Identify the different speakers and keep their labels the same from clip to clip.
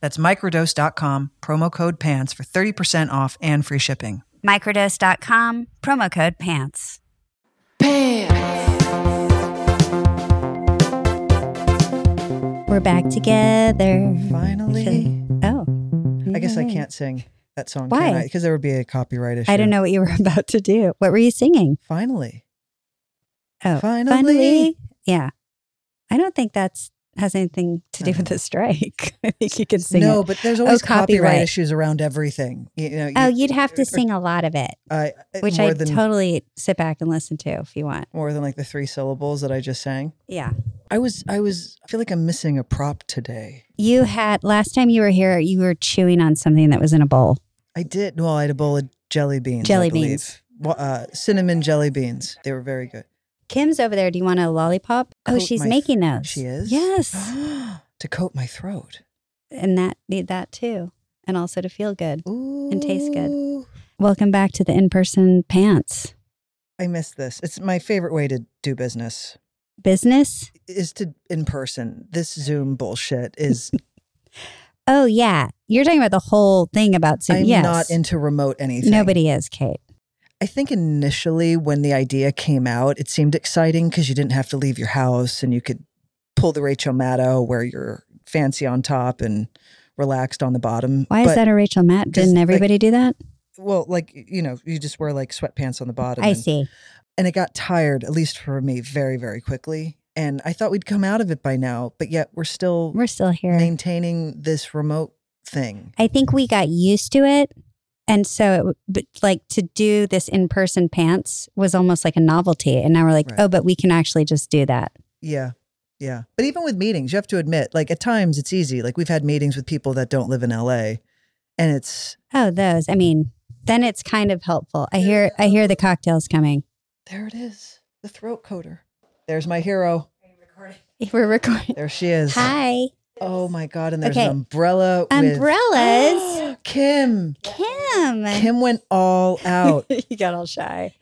Speaker 1: That's microdose.com, promo code PANTS for 30% off and free shipping.
Speaker 2: Microdose.com, promo code PANTS. We're back together.
Speaker 1: Finally.
Speaker 2: Oh.
Speaker 1: I guess I can't sing that song.
Speaker 2: Why?
Speaker 1: Because there would be a copyright issue.
Speaker 2: I don't know what you were about to do. What were you singing?
Speaker 1: Finally.
Speaker 2: Oh,
Speaker 1: Finally.
Speaker 2: Yeah. I don't think that's has anything to do with the strike. I think you can sing it.
Speaker 1: no,
Speaker 2: Oh,
Speaker 1: but there's always copyright.
Speaker 2: copyright.
Speaker 1: issues around everything. You know,
Speaker 2: Oh,
Speaker 1: you-
Speaker 2: you'd have
Speaker 1: or-
Speaker 2: to sing a lot of it,
Speaker 1: I,
Speaker 2: which
Speaker 1: more
Speaker 2: I
Speaker 1: than
Speaker 2: totally sit back and listen to if you want.
Speaker 1: more than like the three syllables that I just sang.
Speaker 2: Yeah.
Speaker 1: I was I was I feel like I'm missing a prop today.
Speaker 2: You had last time you were here, you were chewing on something that was in a bowl.
Speaker 1: I did. Well, I had a bowl of jelly beans.
Speaker 2: Jelly
Speaker 1: I believe.
Speaker 2: beans.
Speaker 1: Well, uh, cinnamon jelly beans. They were very good.
Speaker 2: Kim's over there. Do you want a lollipop? Oh,
Speaker 1: Coat
Speaker 2: she's
Speaker 1: my-
Speaker 2: making those.
Speaker 1: She is.
Speaker 2: Yes.
Speaker 1: to coat my throat.
Speaker 2: and that need that too. And also to feel good.
Speaker 1: Ooh.
Speaker 2: tastes good. Welcome back to the in-person pants
Speaker 1: I miss this. It's my favorite way to do business.
Speaker 2: business.
Speaker 1: Is to in person. This Zoom bullshit is.
Speaker 2: Oh yeah. You're talking about the whole thing about Zoom.
Speaker 1: I'm
Speaker 2: yes.
Speaker 1: not into remote anything.
Speaker 2: Nobody is, Kate.
Speaker 1: I think initially when the idea came out, it seemed exciting because you didn't have to leave your house and you could pull the Rachel Maddow where you're fancy on top and relaxed on the bottom.
Speaker 2: Why is
Speaker 1: But-
Speaker 2: that a Rachel Matt?
Speaker 1: 'cause,
Speaker 2: Didn't
Speaker 1: like,
Speaker 2: everybody do that?
Speaker 1: Well, like you know, you just wear like sweatpants on the bottom.
Speaker 2: I
Speaker 1: and-
Speaker 2: see.
Speaker 1: and it got tired, at least for me, very very quickly. And I thought we'd come out of it by now, but yet we're still
Speaker 2: We're still here.
Speaker 1: maintaining this remote thing.
Speaker 2: I think we got used to it. And so, it, w- but like to do this in person pants was almost like a novelty. And now we're like,
Speaker 1: Right.
Speaker 2: oh, but we can actually just do that.
Speaker 1: Yeah. Yeah. But even with meetings, you have to admit, like at times it's easy. Like we've had meetings with people that don't live in LA and it's
Speaker 2: Oh, those. I mean, then it's kind of helpful. I hear, I hear the cocktails coming.
Speaker 1: there it is. The throat coater. There's my hero.
Speaker 2: We're recording.
Speaker 1: There she is.
Speaker 2: Hi,
Speaker 1: Oh my god, and there's
Speaker 2: Okay.
Speaker 1: an umbrella with
Speaker 2: umbrellas.
Speaker 1: Kim.
Speaker 2: Kim,
Speaker 1: Kim went all out.
Speaker 2: you got all shy.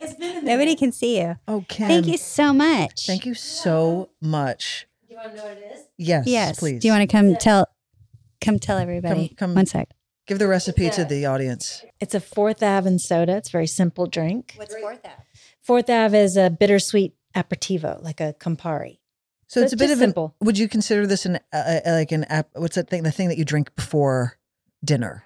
Speaker 2: Nobody can see you.
Speaker 1: Oh Kim.
Speaker 2: Thank you so much.
Speaker 1: Thank you so much. You want to know what it is? Yes.
Speaker 2: Yes,
Speaker 1: Please.
Speaker 2: Do you want to come tell? Come tell everybody.
Speaker 1: Come- come-
Speaker 2: One sec.
Speaker 1: give the recipe to the audience?
Speaker 3: It's a Fourth Ave and soda. It's a very simple drink.
Speaker 2: What's fourth app?
Speaker 3: Fourth Ave is a bittersweet aperitivo, like a Campari.
Speaker 1: So it's a bit
Speaker 3: just
Speaker 1: of an.
Speaker 3: simple.
Speaker 1: Would you consider this an uh, uh, like an app? What's that thing? The thing that you drink before dinner,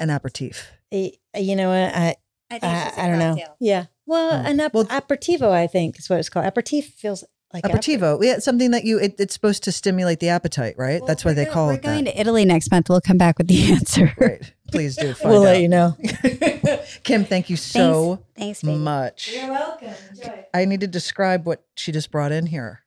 Speaker 1: an aperitif.
Speaker 3: Eh, You know, I
Speaker 2: I
Speaker 3: I, I, I don't know. Yeah. Well,
Speaker 1: Oh.
Speaker 3: an ap-
Speaker 1: Well-
Speaker 3: aperitivo, I think, is what it's called. Aperitif feels like aper-
Speaker 1: Aperitivo. Yeah, it's something that you. It, it's supposed to stimulate the appetite, right? That's why they call
Speaker 2: we're
Speaker 1: it
Speaker 2: going
Speaker 1: that.
Speaker 2: to Italy next month. We'll come back with the answer.
Speaker 1: right. Please do find
Speaker 3: We'll
Speaker 1: out.
Speaker 3: let you know.
Speaker 1: Kim, thank you so
Speaker 2: Thanks, baby.
Speaker 1: much. You're welcome. I need to describe what she just brought in here.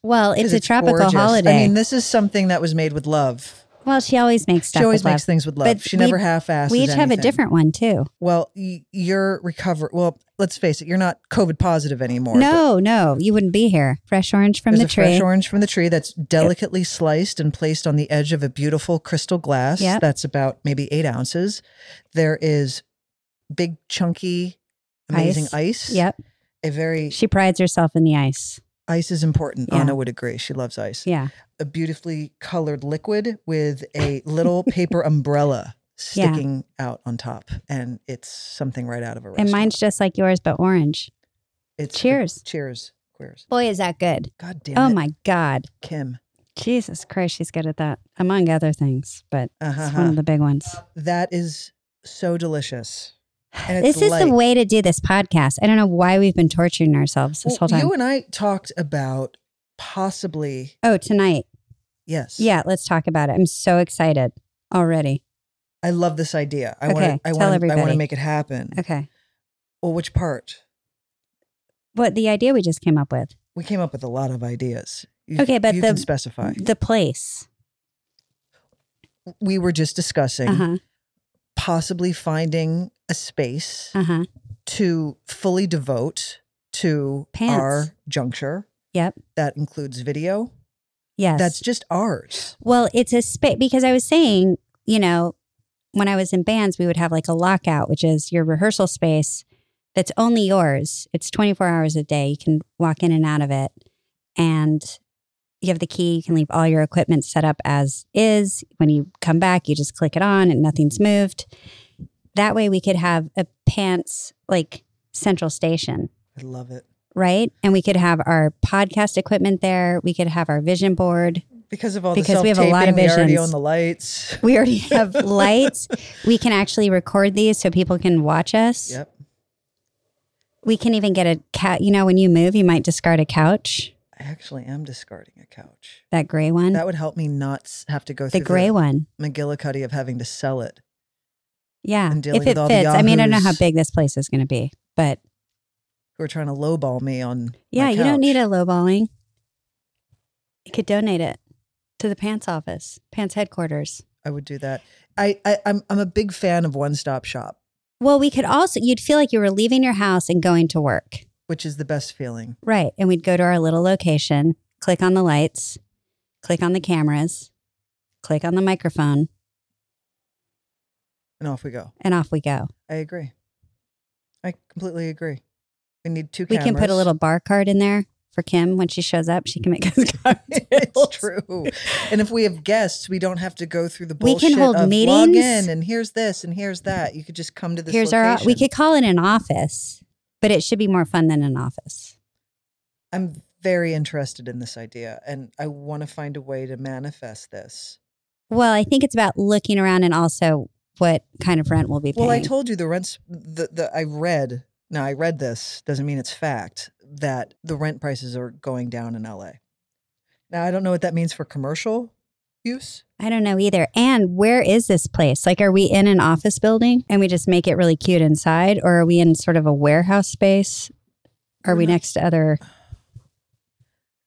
Speaker 2: well,
Speaker 1: 'cause
Speaker 2: it's a tropical
Speaker 1: gorgeous.
Speaker 2: holiday.
Speaker 1: I mean, this is something that was made with love.
Speaker 2: well, she always makes stuff.
Speaker 1: she always
Speaker 2: with love.
Speaker 1: makes things with love.
Speaker 2: But
Speaker 1: she
Speaker 2: we-
Speaker 1: never half-asses.
Speaker 2: We each have a
Speaker 1: anything.
Speaker 2: different one too.
Speaker 1: Well, y- you're recover. Well, let's face it, you're not COVID positive anymore. but
Speaker 2: No, no, you wouldn't be here. Fresh orange from
Speaker 1: There's
Speaker 2: the
Speaker 1: a
Speaker 2: tree.
Speaker 1: fresh orange from the tree that's delicately sliced and placed on the edge of a beautiful crystal glass.
Speaker 2: Yep.
Speaker 1: That's about maybe eight ounces. There is big, chunky, amazing
Speaker 2: Ice.
Speaker 1: ice.
Speaker 2: Yep.
Speaker 1: A very
Speaker 2: She prides herself in the ice.
Speaker 1: ice is important.
Speaker 2: Yeah.
Speaker 1: Anna would agree. She loves ice.
Speaker 2: Yeah.
Speaker 1: A beautifully colored liquid with a little paper umbrella
Speaker 2: Yeah.
Speaker 1: sticking out on top, and it's something right out of a restaurant.
Speaker 2: And mine's just like yours, but orange.
Speaker 1: it's
Speaker 2: cheers.
Speaker 1: cheers, queers.
Speaker 2: Boy, is that good.
Speaker 1: God damn
Speaker 2: Oh
Speaker 1: it,
Speaker 2: my God.
Speaker 1: Kim.
Speaker 2: Jesus Christ, she's good at that, among other things, but it's
Speaker 1: Uh-huh.
Speaker 2: one of the big ones.
Speaker 1: That is so delicious. And
Speaker 2: This
Speaker 1: it's
Speaker 2: is the
Speaker 1: light.
Speaker 2: way to do this podcast. I don't know why we've been torturing ourselves this
Speaker 1: Well,
Speaker 2: whole time.
Speaker 1: You and I talked about possibly
Speaker 2: oh, tonight.
Speaker 1: yes.
Speaker 2: Yeah, let's talk about it. I'm so excited already.
Speaker 1: I love this idea. I
Speaker 2: Okay,
Speaker 1: want I
Speaker 2: tell
Speaker 1: want I want
Speaker 2: everybody.
Speaker 1: to make it happen.
Speaker 2: Okay.
Speaker 1: Well, which part?
Speaker 2: What the idea we just came up with?
Speaker 1: We came up with a lot of ideas. You,
Speaker 2: Okay, but
Speaker 1: you
Speaker 2: the-
Speaker 1: can specify.
Speaker 2: The place.
Speaker 1: We were just discussing
Speaker 2: Uh huh.
Speaker 1: possibly finding a space
Speaker 2: Uh huh.
Speaker 1: to fully devote to
Speaker 2: Pants.
Speaker 1: our juncture.
Speaker 2: Yep.
Speaker 1: That includes video.
Speaker 2: Yes.
Speaker 1: That's just ours.
Speaker 2: Well, it's a space because I was saying, you know, when I was in bands, we would have like a lockout, which is your rehearsal space that's only yours. It's 24 hours a day. You can walk in and out of it. And you have the key. You can leave all your equipment set up as is. When you come back, you just click it on and nothing's moved. That way, we could have a pants like central station
Speaker 1: I love it.
Speaker 2: right? And we could have our podcast equipment there. We could have our vision board.
Speaker 1: Because of all
Speaker 2: Because
Speaker 1: the
Speaker 2: we have a lot of
Speaker 1: self-taping, we already
Speaker 2: visions.
Speaker 1: own the lights.
Speaker 2: We already have lights. We can actually record these so people can watch us.
Speaker 1: Yep.
Speaker 2: We can even get a cat. You know, when you move, you might discard a couch,
Speaker 1: I actually am discarding a couch.
Speaker 2: that gray one,
Speaker 1: That would help me not s- have to go
Speaker 2: the
Speaker 1: through
Speaker 2: gray one.
Speaker 1: McGillicuddy of having to sell it.
Speaker 2: Yeah.
Speaker 1: And dealing
Speaker 2: If
Speaker 1: with
Speaker 2: it
Speaker 1: all the
Speaker 2: fits. I mean, I don't know how
Speaker 1: yahoos.
Speaker 2: big this place is going to be, but
Speaker 1: Who are trying to lowball me on?
Speaker 2: yeah,
Speaker 1: my
Speaker 2: you don't need a
Speaker 1: couch.
Speaker 2: lowballing. You could donate it to the pants office, pants headquarters.
Speaker 1: I would do that. I, I I'm I'm a big fan of one stop shop,
Speaker 2: Well, we could also, you'd feel like you were leaving your house and going to work.
Speaker 1: which is the best feeling.
Speaker 2: Right. And we'd go to our little location, click on the lights, click on the cameras, click on the microphone,
Speaker 1: And off we go.
Speaker 2: and off we go.
Speaker 1: I agree. I completely agree. We need two.
Speaker 2: We
Speaker 1: Cameras.
Speaker 2: can put a little bar card in there for Kim when she shows up. She can make us cocktails.
Speaker 1: it's true. And if we have guests, we don't have to go through the
Speaker 2: We
Speaker 1: bullshit
Speaker 2: can hold
Speaker 1: of log
Speaker 2: meetings.
Speaker 1: in and here's this and here's that. You could just come to this.
Speaker 2: Here's our,
Speaker 1: location.
Speaker 2: we could call it an office, but it should be more fun than an office.
Speaker 1: I'm very interested in this idea, and I want to find a way to manifest this.
Speaker 2: Well, I think it's about looking around and also what kind of rent we'll be paying.
Speaker 1: Well, I told you the rents. The, the I read. Now I read this doesn't mean it's fact that the rent prices are going down in LA. Now I don't know what that means for commercial use.
Speaker 2: I don't know either. And where is this place? Like, are we in an office building and we just make it really cute inside, or are we in sort of a warehouse space? Are we
Speaker 1: We're not-
Speaker 2: next to other?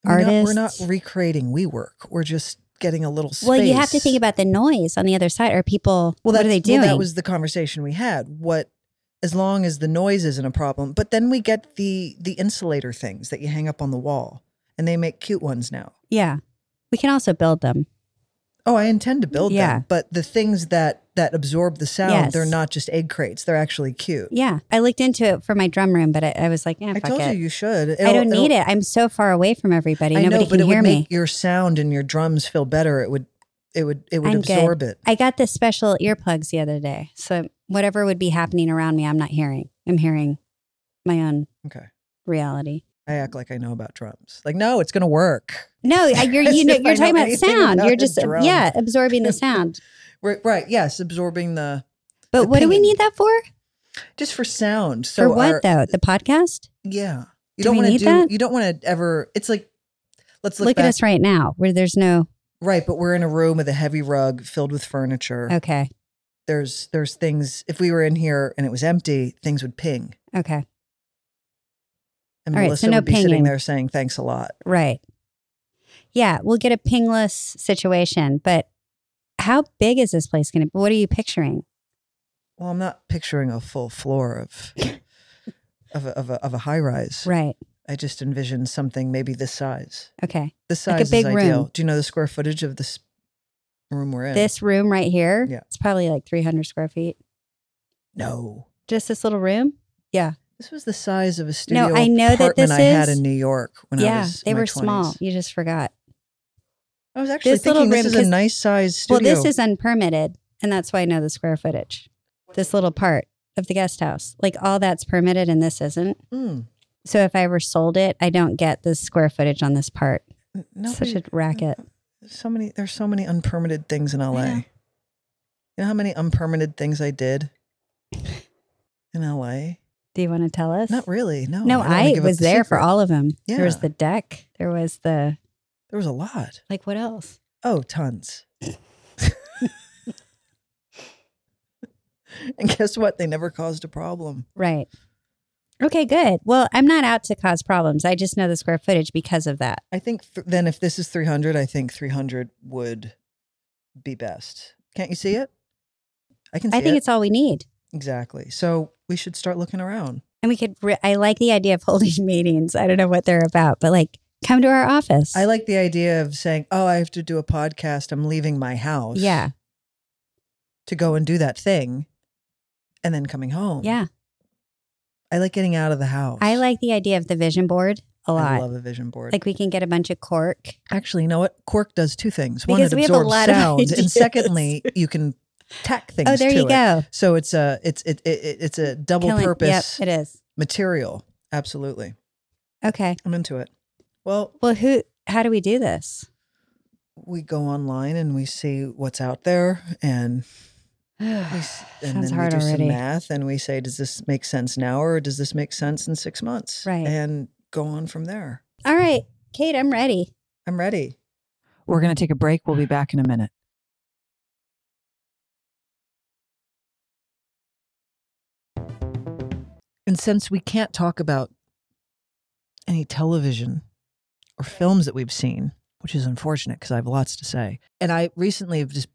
Speaker 1: We're not, we're not
Speaker 2: Artists.
Speaker 1: recreating WeWork. We're just getting a little space.
Speaker 2: Well, you have to think about the noise on the other side. Are people?
Speaker 1: Well,
Speaker 2: what are they
Speaker 1: that's-
Speaker 2: doing?
Speaker 1: Well, that was the conversation we had. What, as long as the noise isn't a problem, but then we get the the insulator things that you hang up on the wall, and they make cute ones now.
Speaker 2: yeah, we can also build them.
Speaker 1: Oh, I intend to build
Speaker 2: Yeah.
Speaker 1: them, but the things that that absorb the sound, they're
Speaker 2: Yes.
Speaker 1: not just egg crates. They're actually cute.
Speaker 2: Yeah, I looked into it for my drum room, but I, I was like, yeah,
Speaker 1: I
Speaker 2: fuck
Speaker 1: told
Speaker 2: it.
Speaker 1: you you should.
Speaker 2: I don't need it. I'm so far away from everybody.
Speaker 1: I
Speaker 2: Nobody
Speaker 1: know,
Speaker 2: can
Speaker 1: but it
Speaker 2: hear
Speaker 1: would
Speaker 2: me.
Speaker 1: make your sound and your drums feel better. It would, it would, it would
Speaker 2: I'm good.
Speaker 1: absorb it.
Speaker 2: I got the special earplugs the other day. So whatever would be happening around me, I'm not hearing. I'm hearing my own
Speaker 1: Okay,
Speaker 2: reality.
Speaker 1: I act like I know about drums. Like, no, it's gonna work.
Speaker 2: No, I- you're you
Speaker 1: As
Speaker 2: know
Speaker 1: if I
Speaker 2: you're talking
Speaker 1: know
Speaker 2: about
Speaker 1: anything
Speaker 2: sound.
Speaker 1: about
Speaker 2: You're
Speaker 1: a
Speaker 2: just
Speaker 1: drum.
Speaker 2: yeah, absorbing the sound.
Speaker 1: Right, right. Yes, absorbing the
Speaker 2: But
Speaker 1: The
Speaker 2: what do we
Speaker 1: pinging.
Speaker 2: need that for?
Speaker 1: just for sound. So
Speaker 2: for what
Speaker 1: our-
Speaker 2: though? The podcast?
Speaker 1: Yeah. You
Speaker 2: Do
Speaker 1: not
Speaker 2: we
Speaker 1: want to
Speaker 2: need
Speaker 1: do
Speaker 2: that?
Speaker 1: you don't want to ever it's like let's
Speaker 2: Look,
Speaker 1: look,
Speaker 2: at
Speaker 1: back.
Speaker 2: us right now where there's no
Speaker 1: Right, but we're in a room with a heavy rug filled with furniture.
Speaker 2: Okay.
Speaker 1: There's there's things if we were in here and it was empty, things would ping.
Speaker 2: Okay.
Speaker 1: And
Speaker 2: All right,
Speaker 1: Melissa
Speaker 2: so no
Speaker 1: would be sitting
Speaker 2: pinging.
Speaker 1: there saying thanks a lot.
Speaker 2: Right. Yeah, we'll get a pingless situation, but how big is this place going to be? What are you picturing?
Speaker 1: Well, I'm not picturing a full floor of of a, of a, of a high rise.
Speaker 2: Right.
Speaker 1: I just envision something maybe this size.
Speaker 2: Okay.
Speaker 1: This size
Speaker 2: Like a big
Speaker 1: is ideal.
Speaker 2: room.
Speaker 1: Do you know the square footage of this room we're in?
Speaker 2: This room right here,
Speaker 1: Yeah.
Speaker 2: it's probably like 300 square feet.
Speaker 1: no.
Speaker 2: Just this little room?
Speaker 1: This was the size of a studio
Speaker 2: I know that
Speaker 1: apartment
Speaker 2: this
Speaker 1: I had
Speaker 2: is-
Speaker 1: in New York when I
Speaker 2: yeah,
Speaker 1: was in
Speaker 2: they
Speaker 1: my
Speaker 2: were small.
Speaker 1: 20s.
Speaker 2: You just forgot.
Speaker 1: I was actually
Speaker 2: This little
Speaker 1: thinking this
Speaker 2: room,
Speaker 1: is
Speaker 2: 'cause-
Speaker 1: a nice size studio.
Speaker 2: Well, this is unpermitted, and that's why I know the square footage. This little part of the guest house, like all that's permitted, and this isn't.
Speaker 1: Mm,
Speaker 2: So if I ever sold it, I don't get the square footage on this part.
Speaker 1: n- nobody-
Speaker 2: Such a racket.
Speaker 1: So many. There's so many unpermitted things in LA.
Speaker 2: know.
Speaker 1: You know how many unpermitted things I did? in LA?
Speaker 2: Do you want to tell us?
Speaker 1: Not really. No.
Speaker 2: No,
Speaker 1: don't wanna
Speaker 2: I,
Speaker 1: give up
Speaker 2: was
Speaker 1: the
Speaker 2: there for
Speaker 1: secret.
Speaker 2: all of them. There was
Speaker 1: Yeah.
Speaker 2: the deck. There was the
Speaker 1: There was a lot.
Speaker 2: like what else?
Speaker 1: Oh, tons. and guess what? They never caused a problem.
Speaker 2: Right. Okay, good. Well, I'm not out to cause problems. I just know the square footage because of that.
Speaker 1: I think th- then if this is 300, I think 300 would be best. Can't you see it? I can see
Speaker 2: I think
Speaker 1: it.
Speaker 2: it's all we need.
Speaker 1: exactly. So we should start looking around.
Speaker 2: And we could, re- I like the idea of holding meetings. I don't know what they're about, but like come to our office.
Speaker 1: I like the idea of saying, "Oh, I have to do a podcast. I'm leaving my house."
Speaker 2: Yeah.
Speaker 1: To go and do that thing and then coming home.
Speaker 2: Yeah.
Speaker 1: I like getting out of the house.
Speaker 2: I like the idea of the vision board a
Speaker 1: I
Speaker 2: lot.
Speaker 1: love a vision board.
Speaker 2: Like we can get a bunch of cork.
Speaker 1: Actually, you know what? Cork does two things. One,
Speaker 2: Because
Speaker 1: it
Speaker 2: we have a
Speaker 1: absorbs
Speaker 2: lot of
Speaker 1: sound, and
Speaker 2: ideas.
Speaker 1: secondly, you can tack things.
Speaker 2: Oh, there
Speaker 1: to
Speaker 2: you
Speaker 1: it.
Speaker 2: go.
Speaker 1: So it's a it's it, it it- it's a double
Speaker 2: Killing-
Speaker 1: purpose
Speaker 2: Yep, it is.
Speaker 1: material. Absolutely,
Speaker 2: Okay.
Speaker 1: I'm into it. Well,
Speaker 2: Well, who, how do we do this?
Speaker 1: we go online and we see what's out there, and we, s- and
Speaker 2: Sounds
Speaker 1: then
Speaker 2: hard
Speaker 1: we do
Speaker 2: already.
Speaker 1: some math, and we say, does this make sense now, or does this make sense in six months?
Speaker 2: Right.
Speaker 1: and go on from there.
Speaker 2: All right, Kate, I'm ready.
Speaker 1: I'm ready.
Speaker 4: We're going to take a break. We'll be back in a minute.
Speaker 1: And since we can't talk about any television or films that we've seen, which is unfortunate because I have lots to say. And I recently have just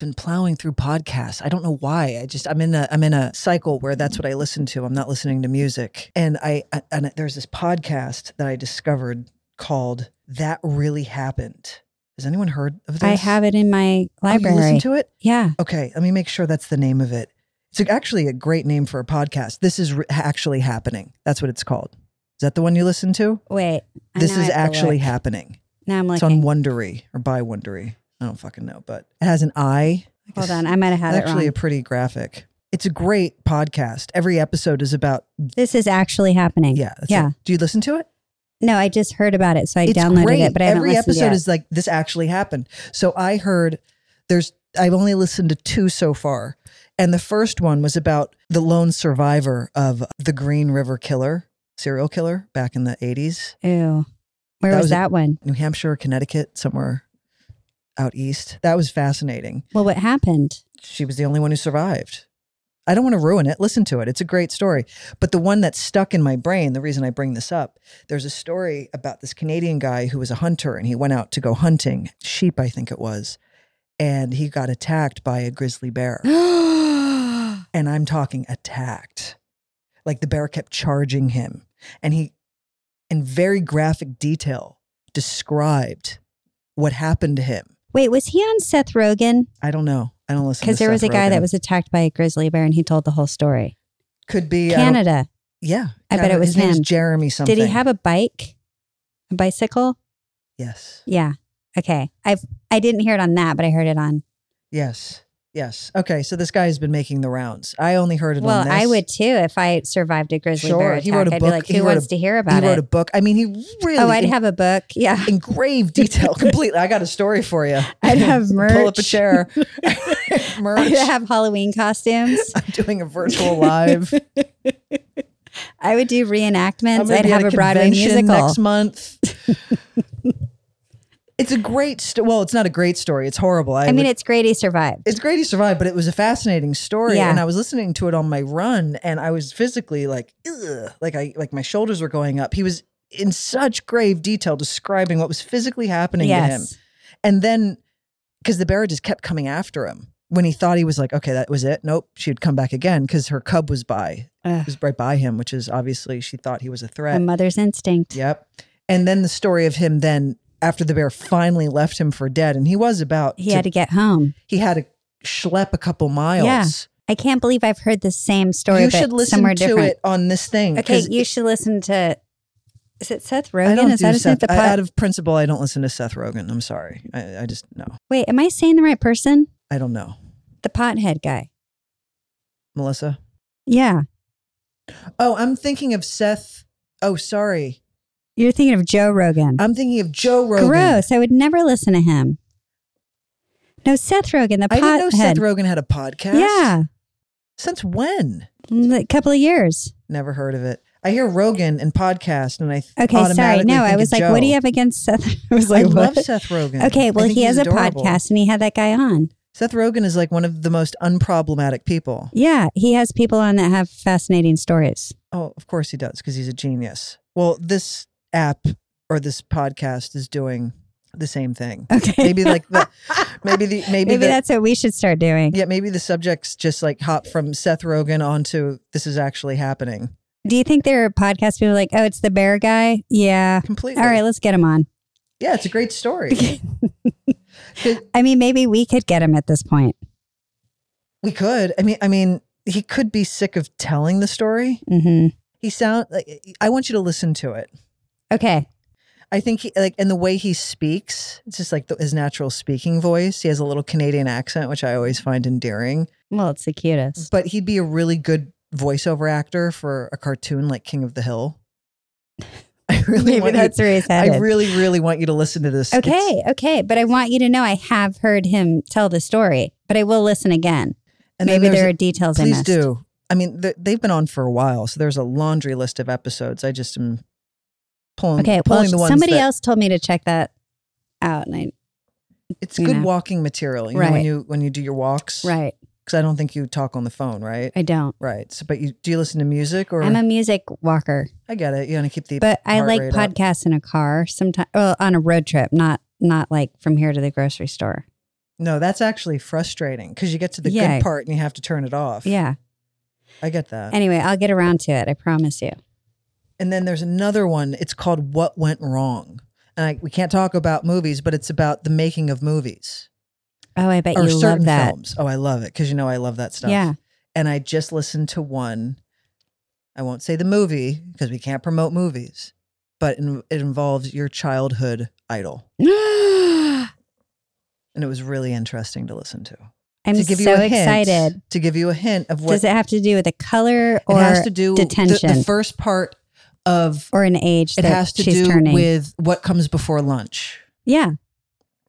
Speaker 1: been plowing through podcasts. I don't know why. I just I'm in a I'm in a cycle where that's what I listen to. I'm not listening to music. And I, I and there's this podcast that I discovered called That Really Happened. Has anyone heard of this?
Speaker 2: I have it in my
Speaker 1: Oh, you
Speaker 2: library.
Speaker 1: listen to it?
Speaker 2: yeah.
Speaker 1: Okay, let me make sure that's the name of it. It's actually a great name for a podcast. This is re- actually happening. That's what it's called. Is that the one you listen to?
Speaker 2: Wait. I
Speaker 1: This
Speaker 2: know I
Speaker 1: is
Speaker 2: have to
Speaker 1: actually
Speaker 2: look.
Speaker 1: happening.
Speaker 2: Now I'm
Speaker 1: It's on
Speaker 2: looking.
Speaker 1: Wondery or by Wondery. I don't fucking know, but it has an I. I
Speaker 2: Hold
Speaker 1: guess
Speaker 2: on. I might have had it
Speaker 1: actually
Speaker 2: wrong.
Speaker 1: a pretty graphic. It's a great podcast. Every episode is about
Speaker 2: This is actually happening.
Speaker 1: yeah. that's it.
Speaker 2: Yeah.
Speaker 1: Do you listen to it?
Speaker 2: No, I just heard about it, so I
Speaker 1: it's
Speaker 2: downloaded
Speaker 1: great.
Speaker 2: it, but I haven't
Speaker 1: every
Speaker 2: listened
Speaker 1: episode
Speaker 2: yet.
Speaker 1: is like this actually happened. So I heard there's I've only listened to two so far, and the first one was about the lone survivor of the Green River Killer serial killer back in the 80s,
Speaker 2: Ew. Where
Speaker 1: That
Speaker 2: was,
Speaker 1: was a-
Speaker 2: that one?
Speaker 1: New Hampshire, Connecticut, somewhere out east. That was fascinating.
Speaker 2: Well, what happened?
Speaker 1: She was the only one who survived. I don't want to ruin it. Listen to it. It's a great story. But the one that's stuck in my brain, the reason I bring this up, there's a story about this Canadian guy who was a hunter and he went out to go hunting, sheep, I think it was, and he got attacked by a grizzly bear. and I'm talking attacked. Like the bear kept charging him. And he, in very graphic detail, described what happened to him.
Speaker 2: Wait, was he on Seth Rogen?
Speaker 1: I don't know. I don't listen to
Speaker 2: Because there was a
Speaker 1: Seth
Speaker 2: guy
Speaker 1: Rogen.
Speaker 2: that was attacked by a grizzly bear and he told the whole story.
Speaker 1: could be I don't-
Speaker 2: Canada.
Speaker 1: Yeah,
Speaker 2: I bet it was
Speaker 1: his name's
Speaker 2: him.
Speaker 1: Jeremy something.
Speaker 2: Did he have a bike? A bicycle?
Speaker 1: Yes,
Speaker 2: Yeah. Okay. I've I didn't hear it on that, but I heard it on
Speaker 1: yes, yes. Okay, so this guy has been making the rounds. I only heard it
Speaker 2: Well,
Speaker 1: on. This.
Speaker 2: I would too if I survived a grizzly bear
Speaker 1: Sure.
Speaker 2: attack.
Speaker 1: He wrote a
Speaker 2: I'd be
Speaker 1: book.
Speaker 2: like,
Speaker 1: He
Speaker 2: who
Speaker 1: wrote a-
Speaker 2: wants to hear
Speaker 1: He
Speaker 2: about
Speaker 1: wrote a
Speaker 2: it?
Speaker 1: book. I mean, he really.
Speaker 2: oh, I'd
Speaker 1: in,
Speaker 2: have a book. Yeah.
Speaker 1: in grave detail. completely. I got a story for you.
Speaker 2: I'd have
Speaker 1: Pull up a
Speaker 2: merch.
Speaker 1: chair. merch.
Speaker 2: I'd have Halloween costumes.
Speaker 1: I'm doing a virtual live.
Speaker 2: I would do
Speaker 1: I'm
Speaker 2: reenactments.
Speaker 1: gonna
Speaker 2: I'd
Speaker 1: be at
Speaker 2: have a Broadway
Speaker 1: convention
Speaker 2: musical.
Speaker 1: next month. it's a great. St- well, it's not a great story. It's horrible. I,
Speaker 2: I mean,
Speaker 1: would-
Speaker 2: it's great he survived.
Speaker 1: it's great he survived, but it was a fascinating story.
Speaker 2: Yeah.
Speaker 1: And I was listening to it on my run, and I was physically like, Ugh, like I like my shoulders were going up. He was in such grave detail describing what was physically happening to him,
Speaker 2: Yes.
Speaker 1: and then because the bear just kept coming after him when he thought he was like, okay, that was it. Nope, she'd come back again because her cub was by,
Speaker 2: Ugh.
Speaker 1: was right by him, which is obviously she thought he was a
Speaker 2: A
Speaker 1: threat.
Speaker 2: mother's instinct.
Speaker 1: Yep. And then the story of him then after the bear finally left him for dead, and he was about
Speaker 2: He
Speaker 1: to
Speaker 2: had to get home.
Speaker 1: he had to schlep a couple miles.
Speaker 2: Yeah. I can't believe I've heard the same story.
Speaker 1: you
Speaker 2: but
Speaker 1: should listen
Speaker 2: somewhere
Speaker 1: to
Speaker 2: different.
Speaker 1: it on this thing.
Speaker 2: Okay,
Speaker 1: 'cause
Speaker 2: you should listen to. Is it Seth Rogen?
Speaker 1: I don't
Speaker 2: is
Speaker 1: do
Speaker 2: that his name?
Speaker 1: Seth.
Speaker 2: The
Speaker 1: I-
Speaker 2: pod-
Speaker 1: out of principle, I don't listen to Seth Rogen. I'm sorry. I, I just no.
Speaker 2: Wait, am I saying the right person?
Speaker 1: I don't know,
Speaker 2: The pothead guy.
Speaker 1: Melissa.
Speaker 2: Yeah,
Speaker 1: Oh, I'm thinking of Seth. Oh, sorry.
Speaker 2: you're thinking of Joe Rogan.
Speaker 1: I'm thinking of Joe Uh, Rogan.
Speaker 2: Gross. I would never listen to him. No, Seth Rogen, the
Speaker 1: I didn't know Seth
Speaker 2: pothead.
Speaker 1: Rogen had a podcast.
Speaker 2: Yeah,
Speaker 1: Since when?
Speaker 2: A couple of years.
Speaker 1: Never heard of it. I hear Rogan and podcast, and I th-
Speaker 2: Okay, sorry.
Speaker 1: automatically
Speaker 2: No, I
Speaker 1: think
Speaker 2: was
Speaker 1: of
Speaker 2: like, what do you
Speaker 1: Joe.
Speaker 2: have against Seth? I was
Speaker 1: I
Speaker 2: like,
Speaker 1: love
Speaker 2: what?
Speaker 1: Seth Rogan.
Speaker 2: Okay,
Speaker 1: I
Speaker 2: well,
Speaker 1: think
Speaker 2: he
Speaker 1: he's
Speaker 2: has a
Speaker 1: adorable.
Speaker 2: podcast and he had that guy on.
Speaker 1: Seth Rogan is like one of the most unproblematic people.
Speaker 2: Yeah, he has people on that have fascinating stories.
Speaker 1: Oh, of course he does, because he's a genius. Well, this app or this podcast is doing the same thing.
Speaker 2: Okay.
Speaker 1: Maybe like the maybe the maybe,
Speaker 2: Maybe,
Speaker 1: the,
Speaker 2: that's what we should start doing.
Speaker 1: yeah maybe the subjects just like hop from Seth Rogan onto this is actually happening
Speaker 2: Do you think there are podcast people like, oh, it's the bear guy? Yeah.
Speaker 1: completely.
Speaker 2: All right, let's get him on.
Speaker 1: Yeah, it's a great story.
Speaker 2: I mean, maybe we could get him at this point.
Speaker 1: we could. I mean, I mean, he could be sick of telling the story.
Speaker 2: hmm
Speaker 1: He sound like I want you to listen to it.
Speaker 2: Okay.
Speaker 1: I think he, like, and the way he speaks, it's just like the, his natural speaking voice. He has a little Canadian accent, which I always find endearing.
Speaker 2: Well, it's the cutest.
Speaker 1: But he'd be a really good voiceover actor for a cartoon like King of the Hill. I really
Speaker 2: Maybe
Speaker 1: want
Speaker 2: that's where he's
Speaker 1: you, I
Speaker 2: headed.
Speaker 1: really, really want you to listen to this. It's-
Speaker 2: okay. Okay. But I want you to know I have heard him tell the story, but I will listen again.
Speaker 1: and then
Speaker 2: maybe
Speaker 1: there's-
Speaker 2: there are details I
Speaker 1: Please
Speaker 2: missed.
Speaker 1: do. I mean, th- they've been on for a while, so there's a laundry list of episodes. I just am pulling,
Speaker 2: Okay.
Speaker 1: pulling
Speaker 2: Well,
Speaker 1: the ones
Speaker 2: somebody
Speaker 1: that-
Speaker 2: else told me to check that out. And I,
Speaker 1: It's
Speaker 2: you
Speaker 1: good
Speaker 2: know.
Speaker 1: walking material. You know, when
Speaker 2: Right.
Speaker 1: you when you do your walks,
Speaker 2: right.
Speaker 1: Because I don't think you talk on the phone, right?
Speaker 2: I don't.
Speaker 1: Right. So, but you do you listen to music or
Speaker 2: I'm a music walker,
Speaker 1: I get it. You want to keep the
Speaker 2: but I
Speaker 1: heart
Speaker 2: like
Speaker 1: rate up.
Speaker 2: podcasts in a car sometimes, well, on a road trip, not not like from here to the grocery store.
Speaker 1: No, that's actually frustrating because you get to the
Speaker 2: Yeah.
Speaker 1: good part and you have to turn it off.
Speaker 2: Yeah.
Speaker 1: I get that.
Speaker 2: Anyway, I'll get around to it. I promise you.
Speaker 1: And then there's another one. It's called What Went Wrong, and I, we can't talk about movies, but it's about the making of movies.
Speaker 2: Oh, I bet
Speaker 1: or
Speaker 2: you
Speaker 1: certain
Speaker 2: love that.
Speaker 1: films. Oh, I love it because you know I love that stuff.
Speaker 2: Yeah.
Speaker 1: And I just listened to one. I won't say the movie because we can't promote movies, but in, it involves your childhood idol, and it was really interesting to listen to.
Speaker 2: I'm
Speaker 1: to give
Speaker 2: so
Speaker 1: you a
Speaker 2: excited.
Speaker 1: hint, to give you a hint of what
Speaker 2: Does it have to do with a color
Speaker 1: it
Speaker 2: or
Speaker 1: has to do. the- The,
Speaker 2: detention?
Speaker 1: first part of
Speaker 2: or an age
Speaker 1: it
Speaker 2: that
Speaker 1: has to
Speaker 2: she's
Speaker 1: do
Speaker 2: turning?
Speaker 1: with what comes before lunch.
Speaker 2: yeah.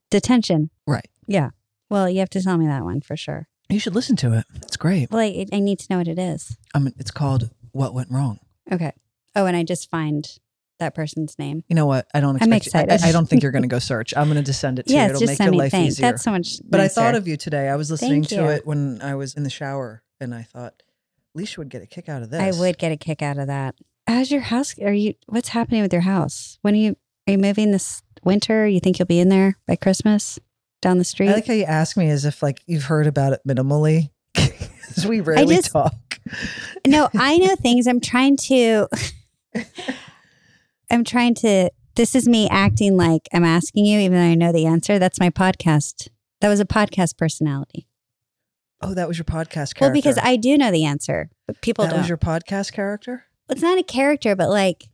Speaker 2: Detention.
Speaker 1: Right.
Speaker 2: Yeah. Well, you have to tell me that one for sure.
Speaker 1: You should listen to it. It's great.
Speaker 2: Well, I, I need to know what it is.
Speaker 1: I mean, it's called What Went Wrong.
Speaker 2: Okay. Oh, and I just find that person's name.
Speaker 1: You know what? I don't. Expect
Speaker 2: I'm
Speaker 1: You.
Speaker 2: excited.
Speaker 1: I- I, I don't think you're going to go search. I'm going to descend it to
Speaker 2: yeah,
Speaker 1: you.
Speaker 2: it's
Speaker 1: It'll
Speaker 2: just
Speaker 1: make
Speaker 2: send
Speaker 1: your
Speaker 2: me
Speaker 1: life
Speaker 2: things.
Speaker 1: easier.
Speaker 2: That's so much.
Speaker 1: but I thought
Speaker 2: nicer.
Speaker 1: of you today. I was listening
Speaker 2: Thank
Speaker 1: to
Speaker 2: you.
Speaker 1: it when I was in the shower, and I thought Leisha would get a kick out of this.
Speaker 2: I would get a kick out of that. How's your house? Are you? What's happening with your house? When are you? Are you moving this winter? You think you'll be in there by Christmas? Down the street?
Speaker 1: I like how you ask me as if like you've heard about it minimally, 'Cause we rarely
Speaker 2: just-
Speaker 1: talk.
Speaker 2: no, I know things. I'm trying to. I'm trying to. This is me acting like I'm asking you, even though I know the answer. That's my podcast. That was a podcast personality.
Speaker 1: Oh, that was your podcast character.
Speaker 2: Well, because I do know the answer, but people
Speaker 1: that
Speaker 2: don't.
Speaker 1: was your podcast character.
Speaker 2: it's not a character, but like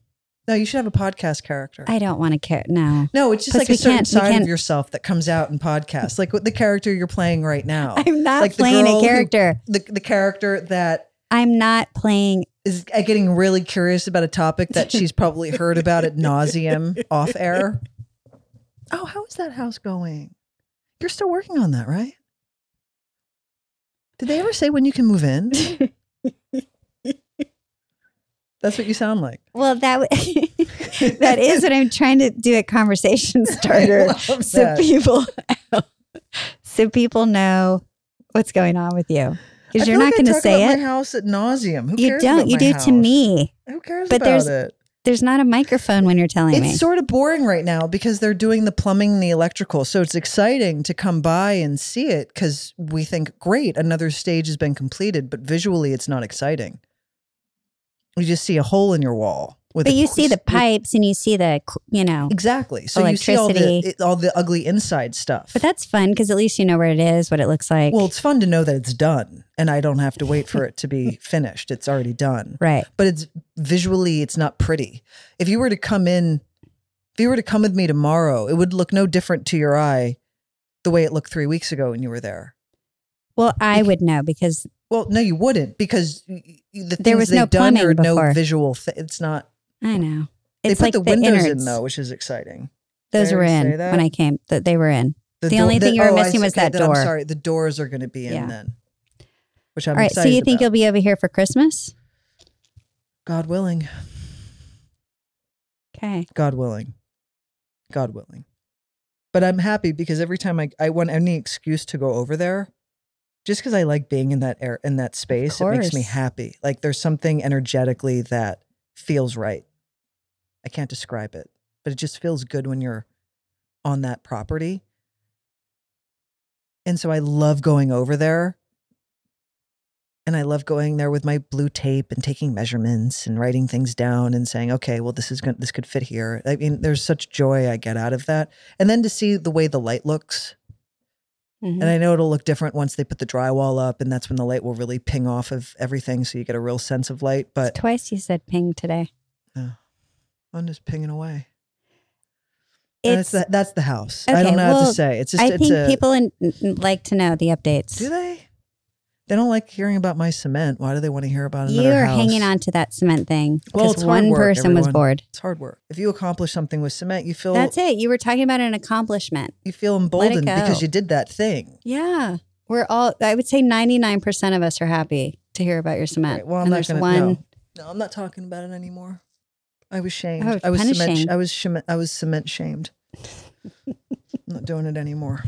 Speaker 1: No, you should have a podcast character.
Speaker 2: I don't want to care. No,
Speaker 1: no, it's just
Speaker 2: Plus
Speaker 1: like a
Speaker 2: we
Speaker 1: certain
Speaker 2: can't- we
Speaker 1: side
Speaker 2: can't-
Speaker 1: of yourself that comes out in podcasts, like with the character you're playing right now.
Speaker 2: I'm not
Speaker 1: Oh, Like the
Speaker 2: playing
Speaker 1: girl
Speaker 2: a
Speaker 1: who-
Speaker 2: character.
Speaker 1: the the character that
Speaker 2: I'm not playing
Speaker 1: is uh, getting really curious about a topic that she's probably heard about at nauseum off air. Oh, how is that house going? You're still working on that, right? Did they ever say when you can move in? That's what you sound like.
Speaker 2: Well, that w- that is what I'm trying to do a conversation starter,
Speaker 1: I love
Speaker 2: so
Speaker 1: that.
Speaker 2: people so people know what's going on with you
Speaker 1: I
Speaker 2: because
Speaker 1: feel
Speaker 2: you're not
Speaker 1: like I
Speaker 2: going to
Speaker 1: talk
Speaker 2: say
Speaker 1: about
Speaker 2: it.
Speaker 1: My house at nauseum. Who
Speaker 2: You
Speaker 1: cares
Speaker 2: don't.
Speaker 1: about
Speaker 2: You
Speaker 1: my
Speaker 2: do
Speaker 1: house?
Speaker 2: to me.
Speaker 1: Who cares
Speaker 2: But
Speaker 1: about
Speaker 2: there's-
Speaker 1: it?
Speaker 2: There's not a microphone when you're telling me.
Speaker 1: It's sort of boring right now because they're doing the plumbing and the electrical. So it's exciting to come by and see it because we think, great, another stage has been completed, but visually it's not exciting. You just see a hole in your wall. With
Speaker 2: but
Speaker 1: a-
Speaker 2: you see the pipes and you see the c- you know.
Speaker 1: Exactly. So you see all the,
Speaker 2: Electricity.
Speaker 1: it- all the ugly inside stuff.
Speaker 2: But that's fun because at least you know where it is, what it looks like.
Speaker 1: well, it's fun to know that it's done and I don't have to wait for it to be finished. It's already done.
Speaker 2: right.
Speaker 1: but it's visually it's not pretty. If you were to come in, if you were to come with me tomorrow, it would look no different to your eye the way it looked three weeks ago when you were there.
Speaker 2: Well, I would know because
Speaker 1: Well, no, you wouldn't because y- y- the things
Speaker 2: There was
Speaker 1: they've
Speaker 2: no
Speaker 1: done
Speaker 2: plumbing
Speaker 1: are no
Speaker 2: before.
Speaker 1: visual. Th- it's not.
Speaker 2: I know it's
Speaker 1: they put
Speaker 2: like
Speaker 1: the, windows in
Speaker 2: innards.
Speaker 1: though, which is exciting.
Speaker 2: Those
Speaker 1: Did I
Speaker 2: were
Speaker 1: already
Speaker 2: in
Speaker 1: say that?
Speaker 2: when I came. That they were in. The
Speaker 1: door-
Speaker 2: only thing you were
Speaker 1: oh, I
Speaker 2: missing
Speaker 1: see-
Speaker 2: was that
Speaker 1: then I'm
Speaker 2: door.
Speaker 1: sorry, the doors are going to be in
Speaker 2: Yeah.
Speaker 1: then. which I'm
Speaker 2: All right. So
Speaker 1: excited
Speaker 2: you think
Speaker 1: about.
Speaker 2: you'll be over here for Christmas?
Speaker 1: God willing,
Speaker 2: Okay.
Speaker 1: God willing, God willing. But I'm happy because every time I, I want any excuse to go over there, just because I like being in that air in that space, it makes me
Speaker 2: course.
Speaker 1: happy. Like there's something energetically that feels right. I can't describe it, but it just feels good when you're on that property. And so I love going over there. And I love going there with my blue tape and taking measurements and writing things down and saying, okay, well, this is going to this could fit here. I mean, there's such joy I get out of that. And then to see the way the light looks.
Speaker 2: Mhm.
Speaker 1: And I know it'll look different once they put the drywall up, and that's when the light will really ping off of everything. So you get a real sense of light. But
Speaker 2: Twice you said ping today.
Speaker 1: I'm just pinging away. And
Speaker 2: It's.
Speaker 1: That's Oh, the, that's the house. I
Speaker 2: Okay,
Speaker 1: don't know how to
Speaker 2: well,
Speaker 1: say. It's just
Speaker 2: I
Speaker 1: it's
Speaker 2: think
Speaker 1: a,
Speaker 2: people in, n- like to know the updates.
Speaker 1: do they? They don't like hearing about my cement. Why do they want to hear about another
Speaker 2: You are
Speaker 1: house?
Speaker 2: hanging on to that cement thing
Speaker 1: Well,
Speaker 2: because
Speaker 1: it's hard
Speaker 2: one
Speaker 1: work,
Speaker 2: person was
Speaker 1: everyone.
Speaker 2: bored.
Speaker 1: It's hard work. If you accomplish something with cement, you feel
Speaker 2: That's it. You were talking about an accomplishment.
Speaker 1: you feel emboldened because
Speaker 2: go.
Speaker 1: you did that thing.
Speaker 2: Yeah. We're all, I would say 99% of us are happy to hear about your cement.
Speaker 1: Right. Well, I'm
Speaker 2: and
Speaker 1: not
Speaker 2: there's
Speaker 1: gonna
Speaker 2: one.
Speaker 1: no. No, I'm not talking about it anymore. I was shamed.
Speaker 2: Oh,
Speaker 1: I was
Speaker 2: punish
Speaker 1: cement.
Speaker 2: shame.
Speaker 1: I was shim- I was cement shamed. I'm not doing it anymore.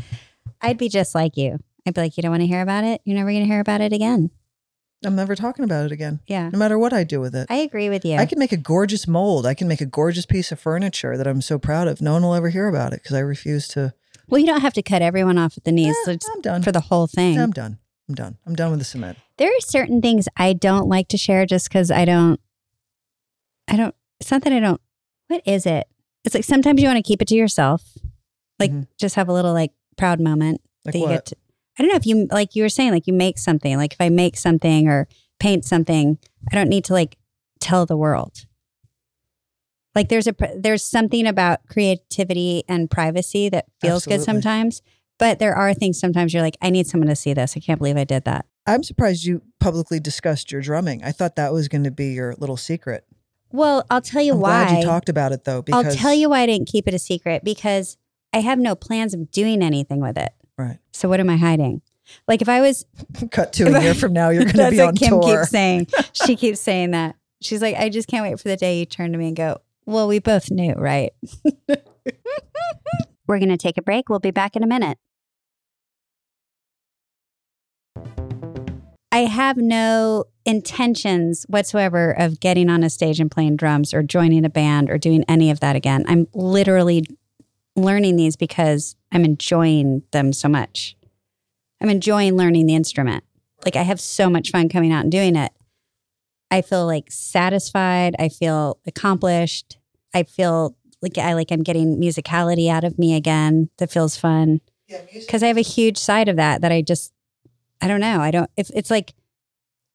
Speaker 2: I'd be just like you. I'd be like, you don't want to hear about it. You're never going to hear about it again.
Speaker 1: I'm never talking about it again.
Speaker 2: Yeah.
Speaker 1: No matter what I do with it.
Speaker 2: I agree with you.
Speaker 1: I can make a gorgeous mold. I can make a gorgeous piece of furniture that I'm so proud of. No one will ever hear about it because I refuse to.
Speaker 2: well, you don't have to cut everyone off at the knees
Speaker 1: Eh,
Speaker 2: so it's
Speaker 1: I'm done.
Speaker 2: for the whole thing.
Speaker 1: I'm done. I'm done. I'm done with the cement.
Speaker 2: there are certain things I don't like to share just because I don't, I don't, it's not that I don't, what is it? It's like sometimes you want to keep it to yourself, like
Speaker 1: Mhm.
Speaker 2: just have a little like proud moment
Speaker 1: Like
Speaker 2: that you
Speaker 1: what?
Speaker 2: get to, I don't know if you, like you were saying, like you make something, like if I make something or paint something, I don't need to like tell the world. Like there's a, pr- there's something about creativity and privacy that feels
Speaker 1: Absolutely.
Speaker 2: good sometimes. But there are things sometimes you're like, I need someone to see this. I can't believe I did that.
Speaker 1: I'm surprised you publicly discussed your drumming. I thought that was going to be your little secret.
Speaker 2: Well, I'll tell you
Speaker 1: I'm
Speaker 2: why.
Speaker 1: glad you talked about it though. Because
Speaker 2: I'll tell you why I didn't keep it a secret because I have no plans of doing anything with it.
Speaker 1: Right.
Speaker 2: So what am I hiding? Like if I was,
Speaker 1: Cut to a year from now, you're going to
Speaker 2: that's
Speaker 1: be
Speaker 2: what
Speaker 1: on
Speaker 2: Kim
Speaker 1: tour.
Speaker 2: keeps saying. She keeps saying that. She's like, I just can't wait for the day you turn to me and go, "Well, we both knew, right?"
Speaker 5: We're going to take a break. We'll be back in a minute.
Speaker 2: I have no intentions whatsoever of getting on a stage and playing drums or joining a band or doing any of that again. I'm literally learning these because I'm enjoying them so much. I'm enjoying learning the instrument. Like I have so much fun coming out and doing it. I feel like satisfied, I feel accomplished. I feel like I like I'm getting musicality out of me again. That feels fun because I have a huge side of that that I just I don't know. I don't if it's like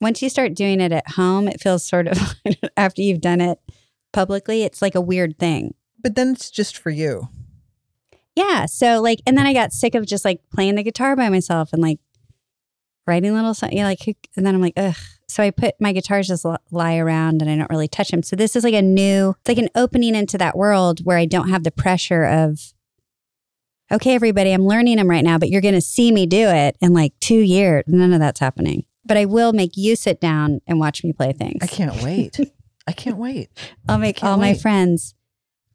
Speaker 2: once you start doing it at home, it feels sort of after you've done it publicly, it's like a weird thing.
Speaker 1: But then it's just for you.
Speaker 2: Yeah. So like and then I got sick of just like playing the guitar by myself and like writing little songs. You know, like who, and then I'm like, ugh. So I put my guitars just li- lie around and I don't really touch them. So this is like a new, it's like an opening into that world where I don't have the pressure of, okay, everybody, I'm learning them right now, but you're going to see me do it in like two years. None of that's happening. But I will make you sit down and watch me play things.
Speaker 1: I can't wait. I can't wait.
Speaker 2: I'll make
Speaker 1: can't
Speaker 2: all my
Speaker 1: wait.
Speaker 2: friends